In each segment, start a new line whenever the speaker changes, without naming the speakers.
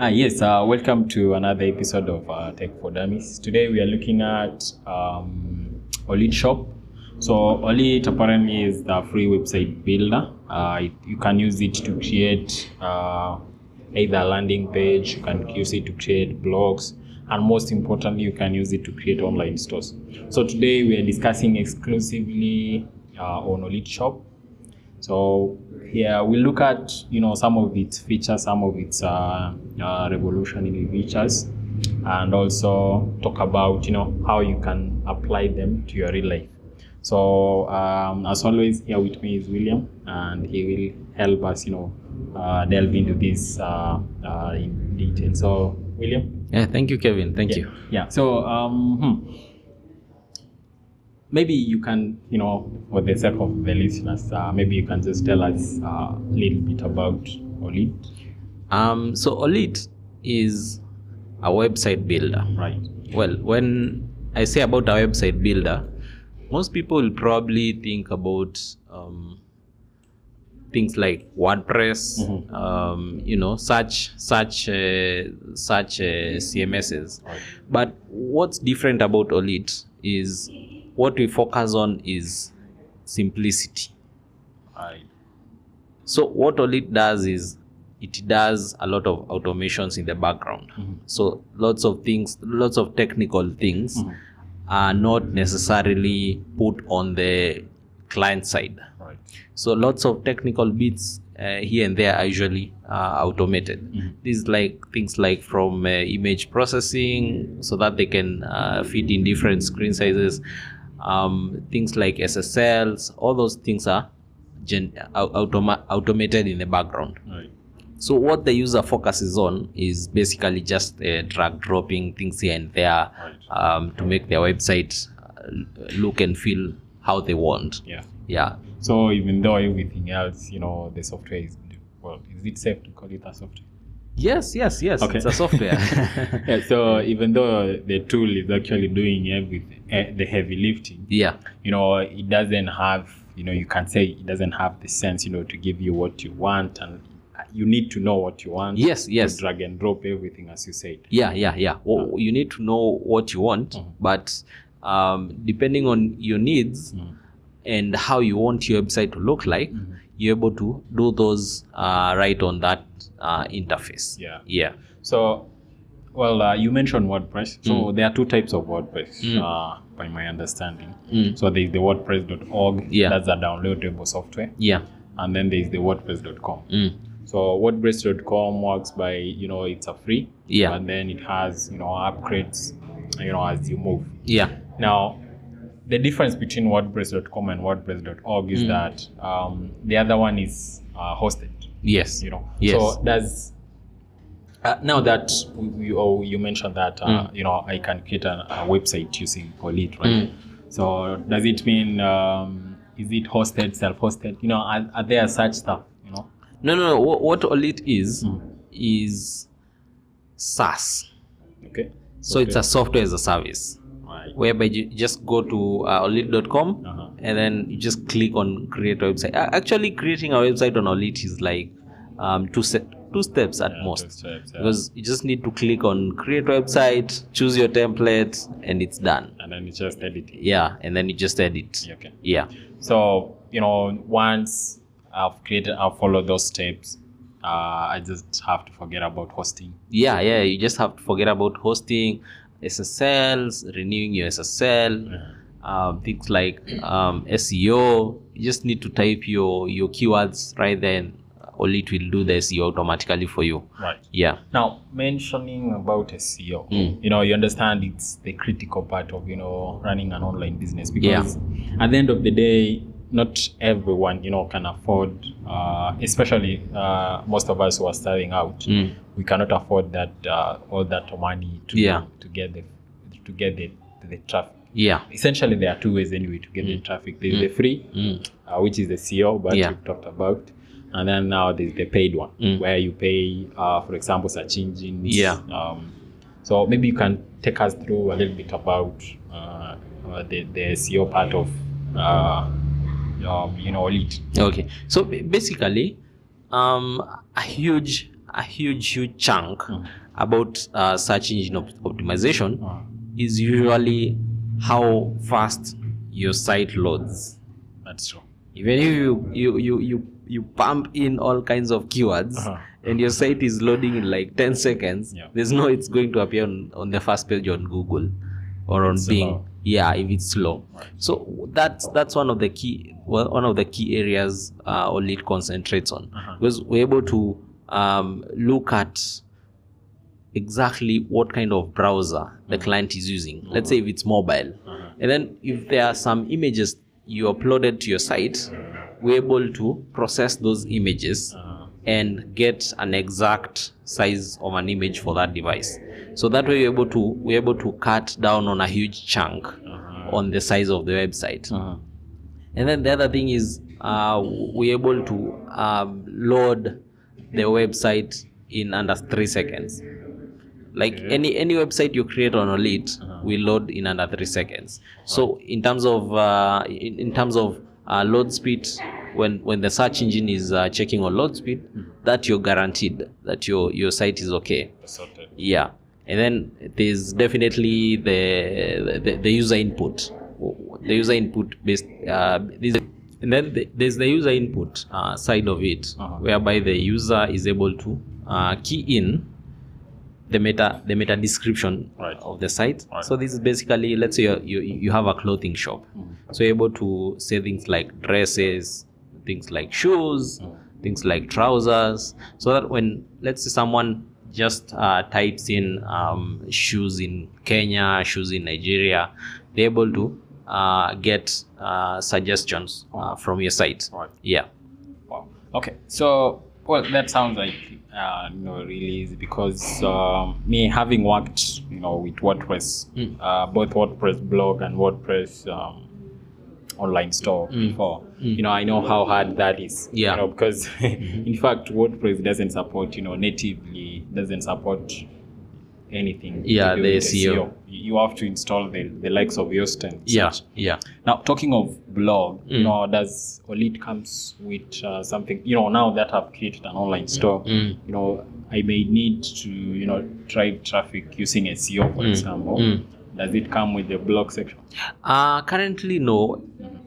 Ah, yes, uh, welcome to another episode of uh, Tech for Dummies. Today we are looking at um, Olid Shop. So, Olid apparently is the free website builder. Uh, it, you can use it to create uh, either a landing page, you can use it to create blogs, and most importantly, you can use it to create online stores. So, today we are discussing exclusively uh, on Olid Shop. So yeah, we look at you know some of its features, some of its uh, uh, revolutionary features, and also talk about you know how you can apply them to your real life. So um, as always, here with me is William, and he will help us you know uh, delve into this uh, uh, in detail. So William,
Yeah, thank you, Kevin. Thank
yeah,
you.
yeah. So um, hmm. maybe you can, you know, for the sake of the listeners, uh, maybe you can just tell us uh, a little bit about Olid.
Um, so Olit is a website builder.
Right.
Well, when I say about a website builder, most people will probably think about um, things like WordPress,
Mhm.
um, you know, such such uh, such uh, CMSs.
Right.
But what's different about Olit is what we focus on is simplicity.
Right.
So what all it does is it does a lot of automations in the background. So lots of things, lots of technical things are not necessarily put on the client side.
Right.
So lots of technical bits uh, here and there are usually uh, automated. These like things like from uh, image processing, so that they can uh, fit in different screen sizes. Um, things like SSLs, all those things are gen- au- automa- automated in the background.
Right.
So what the user focuses on is basically just uh, drag dropping things here and there
Right.
um, to make their website uh, look and feel how they want.
Yeah.
Yeah.
So even though everything else, you know, the software is well, is it safe to call it a software?
Yes, yes, yes.
Okay.
It's a software.
Yeah. So even though the tool is actually doing everything, eh, the heavy lifting,
yeah.
you know it doesn't have you know you can say it doesn't have the sense you know to give you what you want and you need to know what you want
Yes,
to
yes.
drag and drop everything as you said
Yeah, yeah, yeah. Wo-
Ah.
you need to know what you want,
Mhm.
but um, depending on your needs
Mhm.
and how you want your website to look like,
Mm-hmm.
you're able to do those uh, right on that uh, interface.
Yeah.
Yeah.
so well uh, you mentioned wordpress so there are two types of wordpress
Mm.
uh, by my understanding
Mm.
so there's the wordpress.org
Yeah.
that's a downloadable software
Yeah.
and then there's the wordpress.com
Mm.
So WordPress.com works by you know it's a free,
Yeah.
and then it has you know upgrades, you know as you move.
Yeah.
Now, the difference between WordPress.com and WordPress.org
Hmm.
is that um, the other one is uh, hosted.
Yes.
You know,
Yes.
so does uh, now that we, we, oh, you mentioned that
Hmm.
uh, you know I can create a, a website using Polit, right?
Mm.
So does it mean um, is it hosted, self-hosted? You know, are, are there such stuff? You know.
No, no, no. What, what all it is,
Mm.
is SaaS.
Okay.
So it's a software as a service.
Right.
whereby you just go to uh, olit.com
Uh-huh.
and then you just click on create website. A- Actually, creating a website on Olit is like um, two se- two steps at
Yeah, two
most
steps, yeah.
because you just need to click on create website, choose your template, and it's done.
and then you just edit it.
Yeah, and then you just edit.
Yeah, Okay.
Yeah,
So you know, once I've created, I've followed those steps. Uh, I just have to forget about hosting.
yeah, yeah. You just have to forget about hosting, SSLs, renewing your SSL. um, things like um, SEO. You just need to type your your keywords right then. All it will do the SEO automatically for you.
Right.
Yeah.
Now mentioning about SEO,
Mm.
you know, you understand it's the critical part of you know running an online business
Yeah.
because at the end of the day, not everyone you know can afford, uh, especially uh, most of us who are starting out.
Mm.
we cannot afford that uh, all that money to
Yeah.
to get the to get the the traffic.
Yeah.
Essentially, there are two ways anyway to get the traffic. There's the free,
Mm.
uh, which is the CEO, but
Yeah.
we've talked about, and then now there's the paid one,
Mm.
where you pay, uh, for example, search engines.
Yeah.
Um, so maybe you can take us through a little bit about uh, uh, the the SEO part of, uh, um, you know, lead.
Okay. So ba- basically, um, a huge a huge, huge chunk about uh, search engine op- optimization
Uh,
is usually how fast your site loads.
that's true.
Even if you you you you, you pump in all kinds of keywords
Uh-huh.
and your site is loading in like 10 seconds,
Yeah.
there's no it's going to appear on, on the first page on Google or on
It's
Bing.
slow.
Yeah, if it's slow.
Right.
So that's that's one of the key well, one of the key areas uh, OLED concentrates on
Uh-huh.
because we're able to um, look at exactly what kind of browser
Mm.
the client is using. Let's say if it's mobile,
Uh-huh.
and then if there are some images you uploaded to your site,
Mm-hmm.
we're able to process those images
Uh,
and get an exact size of an image for that device. So that way, we're able to we're able to cut down on a huge chunk
uh-huh.
on the size of the website.
Uh-huh.
And then the other thing is uh, we're able to um, load the website in under three seconds. Like
Okay.
any any website you create on Olit,
Uh-huh.
we load in under three seconds. So in terms of uh, in, in terms of uh, load speed, when when the search engine is uh, checking on load speed,
Hmm.
that you're guaranteed that your your site is okay.
Sorted.
Yeah, and then there's definitely the the, the user input, the user input based. Uh, this, and then the, there's the user input uh, side of it,
Uh-huh.
whereby the user is able to uh, key in the meta the meta description
Right.
of the site.
Right.
So this is basically, let's say you're, you you have a clothing shop,
Mm.
so you're able to say things like dresses, things like shoes,
Mm.
things like trousers, so that when let's say someone just uh, types in um, shoes in Kenya, shoes in Nigeria, they're able to uh, get uh, suggestions uh, from your site.
Right.
Yeah.
Wow. Okay. So, well, that sounds like uh, you know really easy because um, me having worked you know with WordPress,
Mm.
uh, both WordPress blog and WordPress um, online store
Mm.
before,
Mm.
you know I know how hard that is.
Yeah. Mm-hmm.
You know because in fact WordPress doesn't support you know natively doesn't support anything. to
Yeah,
do
the
with E
SEO.
You have to install the, the likes of Yoast and
Yeah.
such.
Yeah.
Now, talking of blog, you
Mm.
know, does Olit comes with uh, something? You know, now that I've created an online store,
Mm.
you know, I may need to, you know, drive traffic using SEO, for
Mm.
example.
Mm.
Does it come with the blog section?
Uh, currently, no.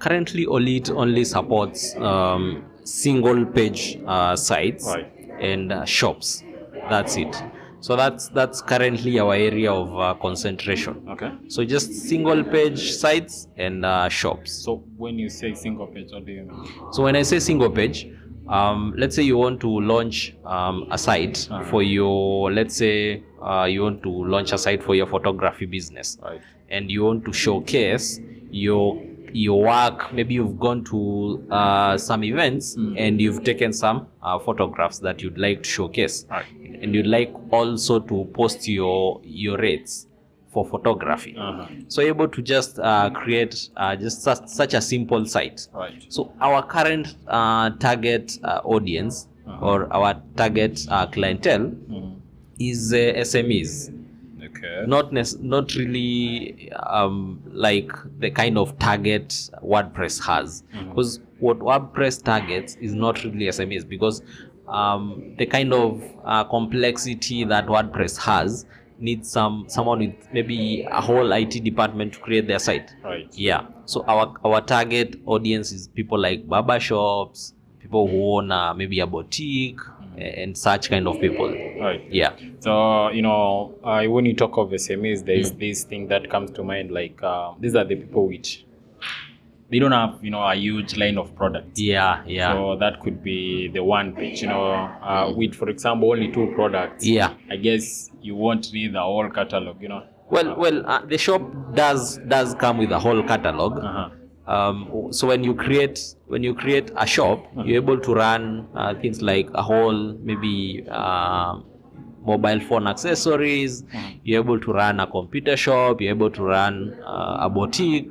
Currently, OLED only supports um, single page uh, sites
Right.
and uh, shops. That's it. So that's that's currently our area of uh, concentration.
Okay.
So just single page sites and uh, shops.
So when you say single page, what do you mean?
So when I say single page, um, let's say you want to launch um, a site
Uh-huh.
for your, let's say uh, you want to launch a site for your photography business
Right.
and you want to showcase your your work maybe you've gone to uh, some events
Mm.
and you've taken some uh, photographs that you'd like to showcase
Right.
and you'd like also to post your your rates for photography
Uh-huh.
so you're able to just uh, create uh, just such, such a simple site
Right.
so our current uh, target uh, audience
Uh-huh.
or our target uh, clientele
Mm.
is uh, smes
Okay.
not nec- not really um, like the kind of target WordPress has
Mhm.
because what WordPress targets is not really SMEs because um, the kind of uh, complexity that WordPress has needs some someone with maybe a whole IT department to create their site.
Right.
Yeah. So our our target audience is people like barber shops, people who own uh, maybe a boutique
Mm-hmm.
a- and such kind of people.
Right.
Yeah.
So you know, uh, when you talk of SMEs, there
Mm.
is this thing that comes to mind. Like uh, these are the people which they don't have, you know, a huge line of products.
Yeah. Yeah.
So that could be the one page, you know, uh, with, for example, only two products.
Yeah.
I guess you won't need the whole catalog, you know.
Well, well, uh, the shop does does come with a whole catalog.
Uh-huh.
Um, so when you create when you create a shop, you're able to run uh, things like a whole maybe uh, mobile phone accessories. You're able to run a computer shop. You're able to run uh, a boutique.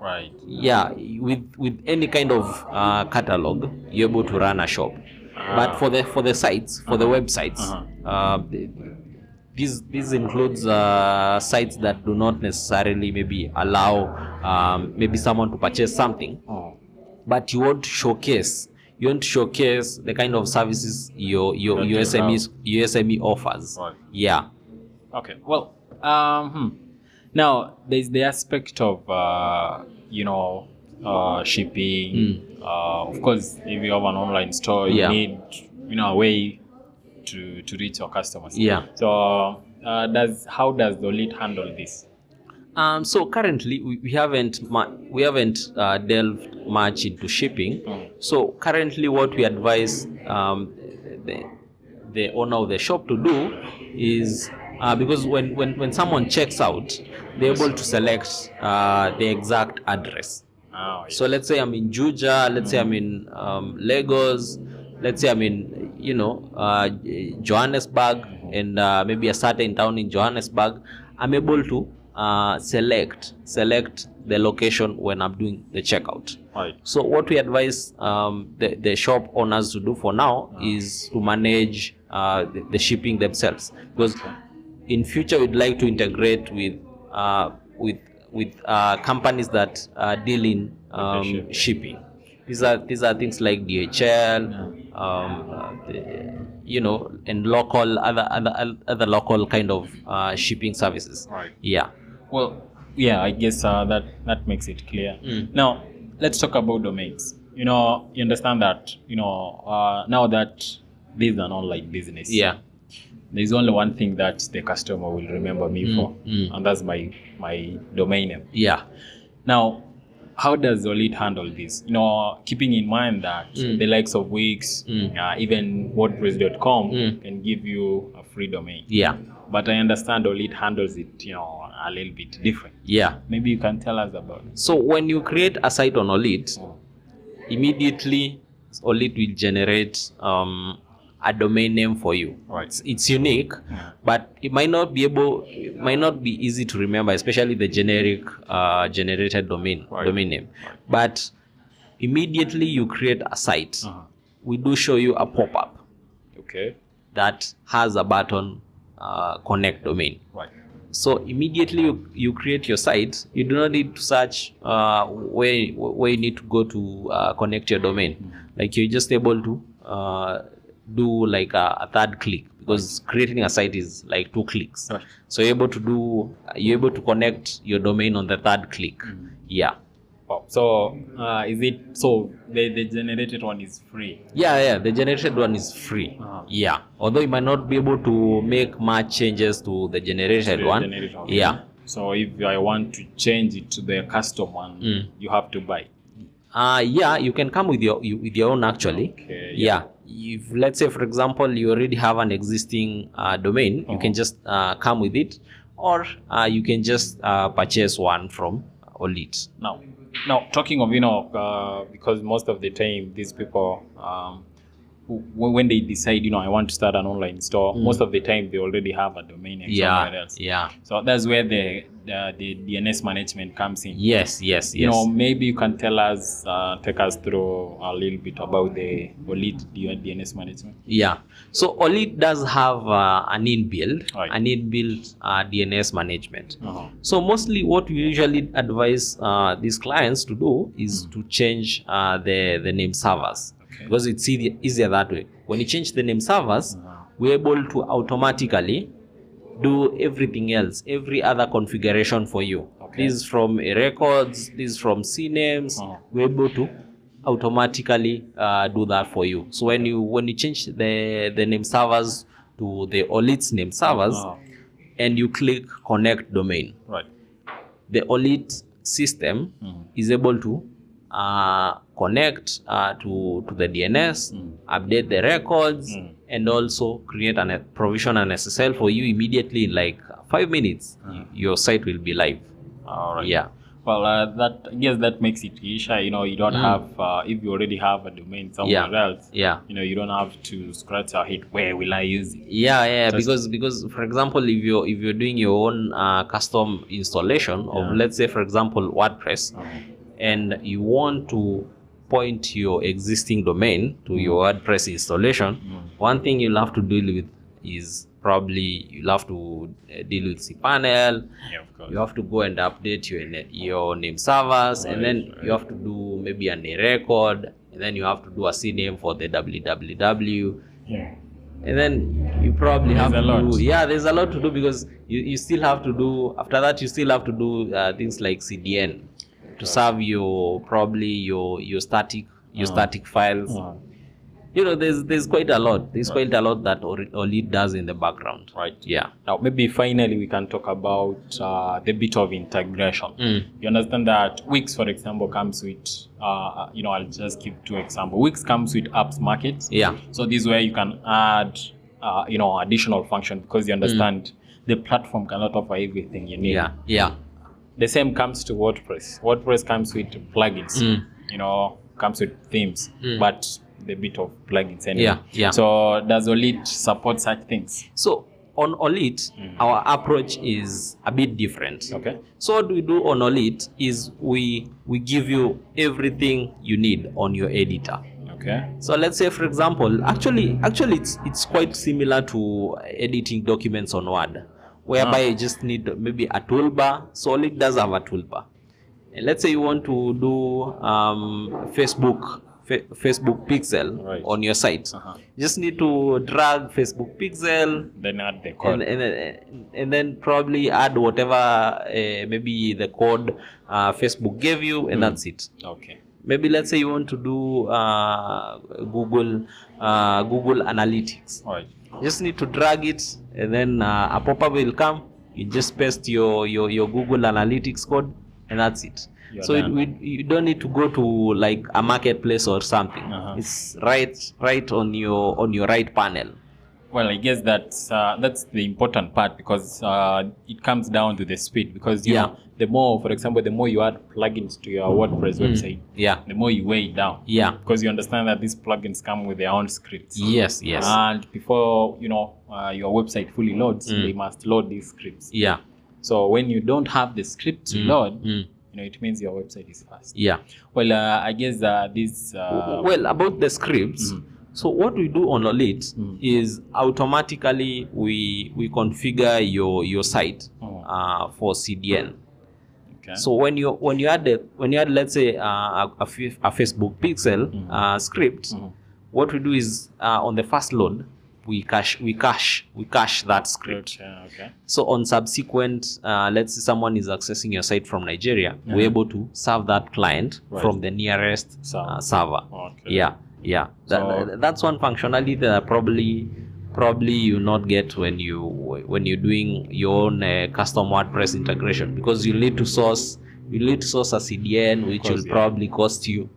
Right.
Yeah, with with any kind of uh, catalog, you're able to run a shop.
Ah.
But for the for the sites, for the websites,
Uh-huh.
uh, th- this this includes uh, sites that do not necessarily maybe allow um, maybe someone to purchase something,
Oh.
but you want to showcase you want to showcase the kind of services your your,
That you
your
have.
SMEs your SME E offers.
Right.
Yeah.
Okay. Well, um, hmm. now there's the aspect of uh, you know uh, shipping. Uh, of course, if you have an online store, you
Hmm. Yeah.
need you know a way to to reach your customers.
Yeah.
So uh, does how does the lead handle this?
Um, so currently we, we haven't mu- we haven't uh, delved much into shipping.
Mm.
So currently what we advise um, the, the owner of the shop to do is uh, because when, when, when someone checks out, they're able to select uh, the exact address.
Oh, yeah.
So let's say I'm in Juja, let's say I'm in um, Lagos, let's say I'm in, you know, uh, Johannesburg, and uh, maybe a certain town in Johannesburg. I'm able to uh, select select the location when I'm doing the checkout.
right.
So what we advise um, the, the shop owners to do for now is to manage uh, the, the shipping themselves because in future we'd like to integrate with uh, with with uh, companies that uh, deal in um,
shipping.
shipping. These are these are things like DHL, um, uh, the, you know, and local other other other local kind of uh, shipping services.
Right.
Yeah.
Well, yeah, I guess uh, that that makes it clear.
Mm.
Now let's talk about domains. You know, you understand that you know uh, now that this is an online business.
Yeah.
There's only one thing that the customer will remember me
Mm,
for,
mm.
and that's my my domain name.
Yeah.
Now, how does Olit handle this? You know, keeping in mind that
Mm.
the likes of Wix,
Mm.
uh, even WordPress.com,
Mm.
can give you a free domain.
Yeah.
But I understand Olit handles it, you know, a little bit different.
Yeah.
Maybe you can tell us about it.
So when you create a site on OLIT,
Mm.
immediately OLIT will generate um, a domain name for you.
Right.
It's, it's unique, but it might not be able, it might not be easy to remember, especially the generic uh, generated domain
Right.
domain name. But immediately you create a site,
Uh-huh.
we do show you a pop up
Okay.
that has a button uh, connect domain.
Right.
So immediately you, you create your site. You do not need to search uh, where where you need to go to uh, connect your domain. Like you're just able to uh, do like a, a third click because creating a site is like two clicks.
Right.
So you're able to do you're able to connect your domain on the third click.
Mm.
Yeah,
Wow. So, uh, is it so? The, the generated one is free.
yeah, yeah. The generated one is free.
Uh-huh.
Yeah, although you might not be able to make much changes to the generated
The
one.
generated one.
Yeah.
So if I want to change it to the custom one,
Mm.
you have to buy.
Uh, yeah, you can come with your you, with your own actually.
Okay,
yeah. If let's say for example you already have an existing uh, domain, you
Uh-huh.
can just uh, come with it, or uh, you can just uh, purchase one from Olit.
Now, now talking of you know, uh, because most of the time these people, um, who, when when they decide, you know, I want to start an online store, most of the time they already have a domain and
Mm. Yeah,
somewhere else.
yeah,
So that's where the, the the DNS management comes in.
yes, yes, yes.
You know, maybe you can tell us, uh, take us through a little bit about the OLIT DNS management.
Yeah. So Olit does have uh, an inbuilt,
Right.
an inbuilt uh, DNS management.
Uh-huh.
So mostly what we usually advise uh, these clients to do is to change uh, the, the name servers
Hmm. Okay.
because it's easier, easier that way. When you change the name servers,
Uh-huh.
we're able to automatically do everything else, every other configuration for you.
Okay.
This is from uh, records, this is from CNAMEs.
Uh-huh.
We're able to automatically uh, do that for you. So when you when you change the the name servers to the OLIT's name servers,
Uh-huh.
and you click connect domain,
Right.
the OLIT system
Mhm.
is able to uh, connect uh, to, to the DNS,
Mm.
update the records,
Mm.
and also create an, a provision an SSL for you immediately in like five minutes. y- Your site will be live.
All Mm-hmm. right.
Yeah.
Well, uh, that I guess that makes it easier. You know, you don't have uh, if you already have a domain somewhere
Mm. Yeah.
else.
Yeah.
You know, you don't have to scratch your head. Where will I use it?
Yeah, yeah,
Just-
because because for example, if you're if you're doing your own uh, custom installation of
Yeah. Uh-huh.
let's say for example WordPress, and you want to point your existing domain to
Mm.
your WordPress installation, one thing you'll have to deal with is probably you'll have to uh, deal with cPanel.
Yeah, of course.
You have to go and update your na- your name servers, and
Right,
then you have to do maybe an a record, and and then you have to do a CNAME for the www,
Yeah.
and then you probably
There's
have
a
to
lot.
do yeah. There's a lot to do because you, you still have to do after that you still have to do uh, things like CDN to serve your probably your your static your
Uh-huh.
static files.
Uh,
You know, there's there's quite a lot. There's quite a lot that Oli Oli does in the background.
right.
Yeah.
Now, maybe finally we can talk about uh, the bit of integration.
Mm.
You understand that Wix, for example, comes with, uh, you know, I'll just give two examples. Wix comes with apps market.
Yeah.
So this way you can add, uh, you know, additional function because you understand the platform cannot offer everything you need.
Mm. Yeah. Yeah.
The same comes to WordPress. WordPress comes with plugins,
Mm.
you know, comes with themes, but the bit of plugins anyway.
Yeah, yeah.
So does Olit support such things?
So on Olit,
Mm.
our approach is a bit different.
Okay.
So what we do on Olit is we we give you everything you need on your editor.
Okay.
So let's say for example, actually actually it's it's quite similar to editing documents on Word,
Ah.
whereby you just need maybe a toolbar. So Olit does have a toolbar. And let's say you want to do um, Facebook Fa- Facebook Pixel
Right.
on your site.
Uh-huh.
You just need to drag Facebook Pixel
Then add the code.
and, and, then- and then probably add whatever uh, maybe the code uh, Facebook gave you,
Hmm.
and that's it.
okay.
Maybe let's say you want to do uh, Google uh, Google Analytics.
All right.
You just need to drag it, and then uh, a pop-up will come. You just paste your your, your Google Analytics code, and that's it.
You're
so it,
done.
we, you don't need to go to like a marketplace or something.
Uh-huh.
It's right right on your on your right panel.
Well, I guess that's uh, that's the important part because uh, it comes down to the speed. Because you
Yeah.
know, the more, for example, the more you add plugins to your WordPress website,
Mm. Yeah.
the more you weigh it down.
Hmm. Yeah.
Because you understand that these plugins come with their own scripts.
Yes. Yes.
And before you know uh, your website fully loads,
Mm.
they must load these scripts.
Yeah.
So when you don't have the script to load,
Mm.
you know it means your website is fast.
Yeah.
Well, uh, I guess uh, this. Uh,
well, about the scripts. So what we do on Olit
Mm.
is automatically we we configure your your site
Oh.
uh, for CDN.
okay.
So when you when you add the, when you add let's say uh, a, a fa- a Facebook Pixel
Mm.
uh, script,
Mhm.
what we do is uh, on the first load we cache we cache we cache that script.
Gotcha, okay.
So on subsequent, uh, let's say someone is accessing your site from Nigeria,
Yeah.
we're able to serve that client
Right.
from the nearest
Server.
uh, server.
Okay.
Yeah, yeah. That,
So-
that's one functionality that probably probably you not get when you when you're doing your own uh, custom WordPress integration because you need to source you need to source a CDN which
course,
will
yeah.
probably cost you.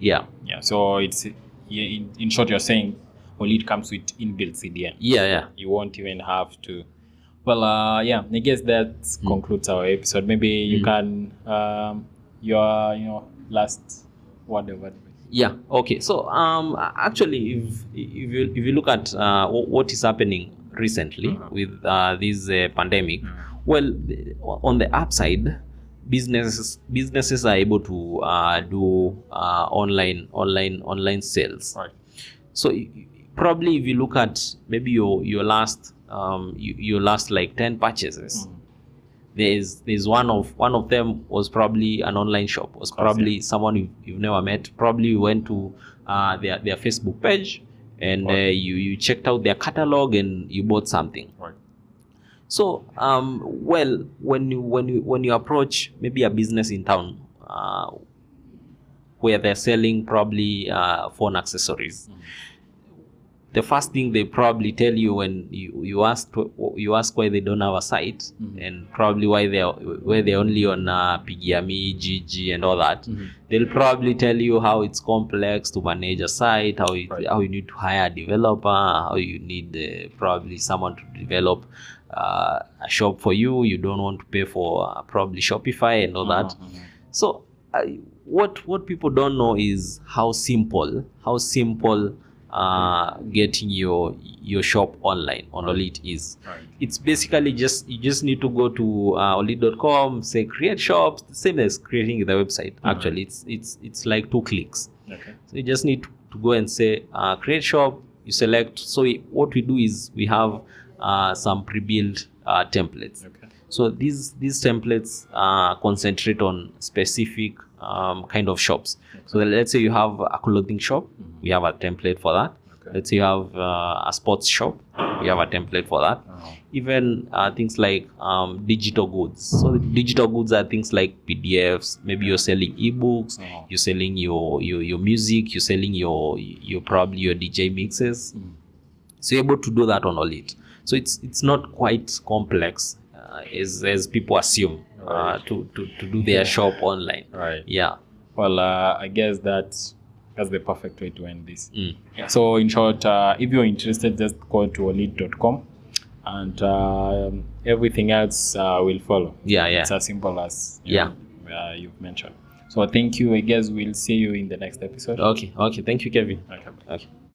Yeah,
Yeah, so it's yeah, in, in short, you're saying only it comes with inbuilt CDN.
yeah, yeah.
You won't even have to. Well, uh, yeah, I guess that concludes our episode. Maybe you can um, your you know last word of advice.
Yeah. Okay. So um, a- actually, if if you if you look at uh, wh- what is happening recently
Mhm.
with uh, this uh, pandemic,
Mhm.
well, the- on the upside, businesses businesses are able to uh, do uh, online online online sales.
Right.
So y- y- probably if you look at maybe your your last um y- your last like ten purchases.
Mhm.
There's there's one of one of them was probably an online shop was
course,
probably someone you've, you've never met probably you went to uh, their their Facebook page and uh,
Right.
you you checked out their catalog and you bought something
Right.
so, um, well, when you when you when you approach maybe a business in town, uh, where they're selling probably uh, phone accessories, the first thing they probably tell you when you, you ask wh- you ask why they don't have a site
Mhm.
and probably why they are why they're only on uh, Piggyami, Gigi, and all that.
Mhm.
They'll probably tell you how it's complex to manage a site, how you,
Right.
how you need to hire a developer, how you need uh, probably someone to develop uh, a shop for you. You don't want to pay for uh, probably Shopify and all that.
Mhm, mhm.
So, I, what what people don't know is how simple how simple uh, getting your your shop online on Olit is.
Right.
It's basically just you just need to go to uh, olit.com, say create shops, the same as creating the website. Actually, it's it's it's like two clicks.
Okay.
So you just need to, to go and say uh, create shop. You select. So we, what we do is we have uh, some pre-built uh, templates.
Okay.
So these these templates uh, concentrate on specific um, kind of shops. So let's say you have a clothing shop, we have a template for that.
Okay.
Let's say you have uh, a sports shop, we have a template for that. Even uh, things like um, digital goods. So the digital goods are things like PDFs. Maybe you're selling ebooks,
Oh.
you're selling your, your your music, you're selling your your probably your DJ mixes. So you're able to do that on Olit. So it's it's not quite complex uh, as, as people assume uh, to, to, to do their shop online.
Right.
Yeah.
Well, uh, I guess that that's the perfect way to end this.
Mm.
Yeah, So, in short, uh, if you're interested, just go to olid.com and um everything else uh, will follow.
Yeah, yeah.
It's as simple as you
Yeah.
know, uh, you've mentioned. So, thank you. I guess we'll see you in the next episode.
Okay, okay. Thank you, Kevin.
Okay.
Okay.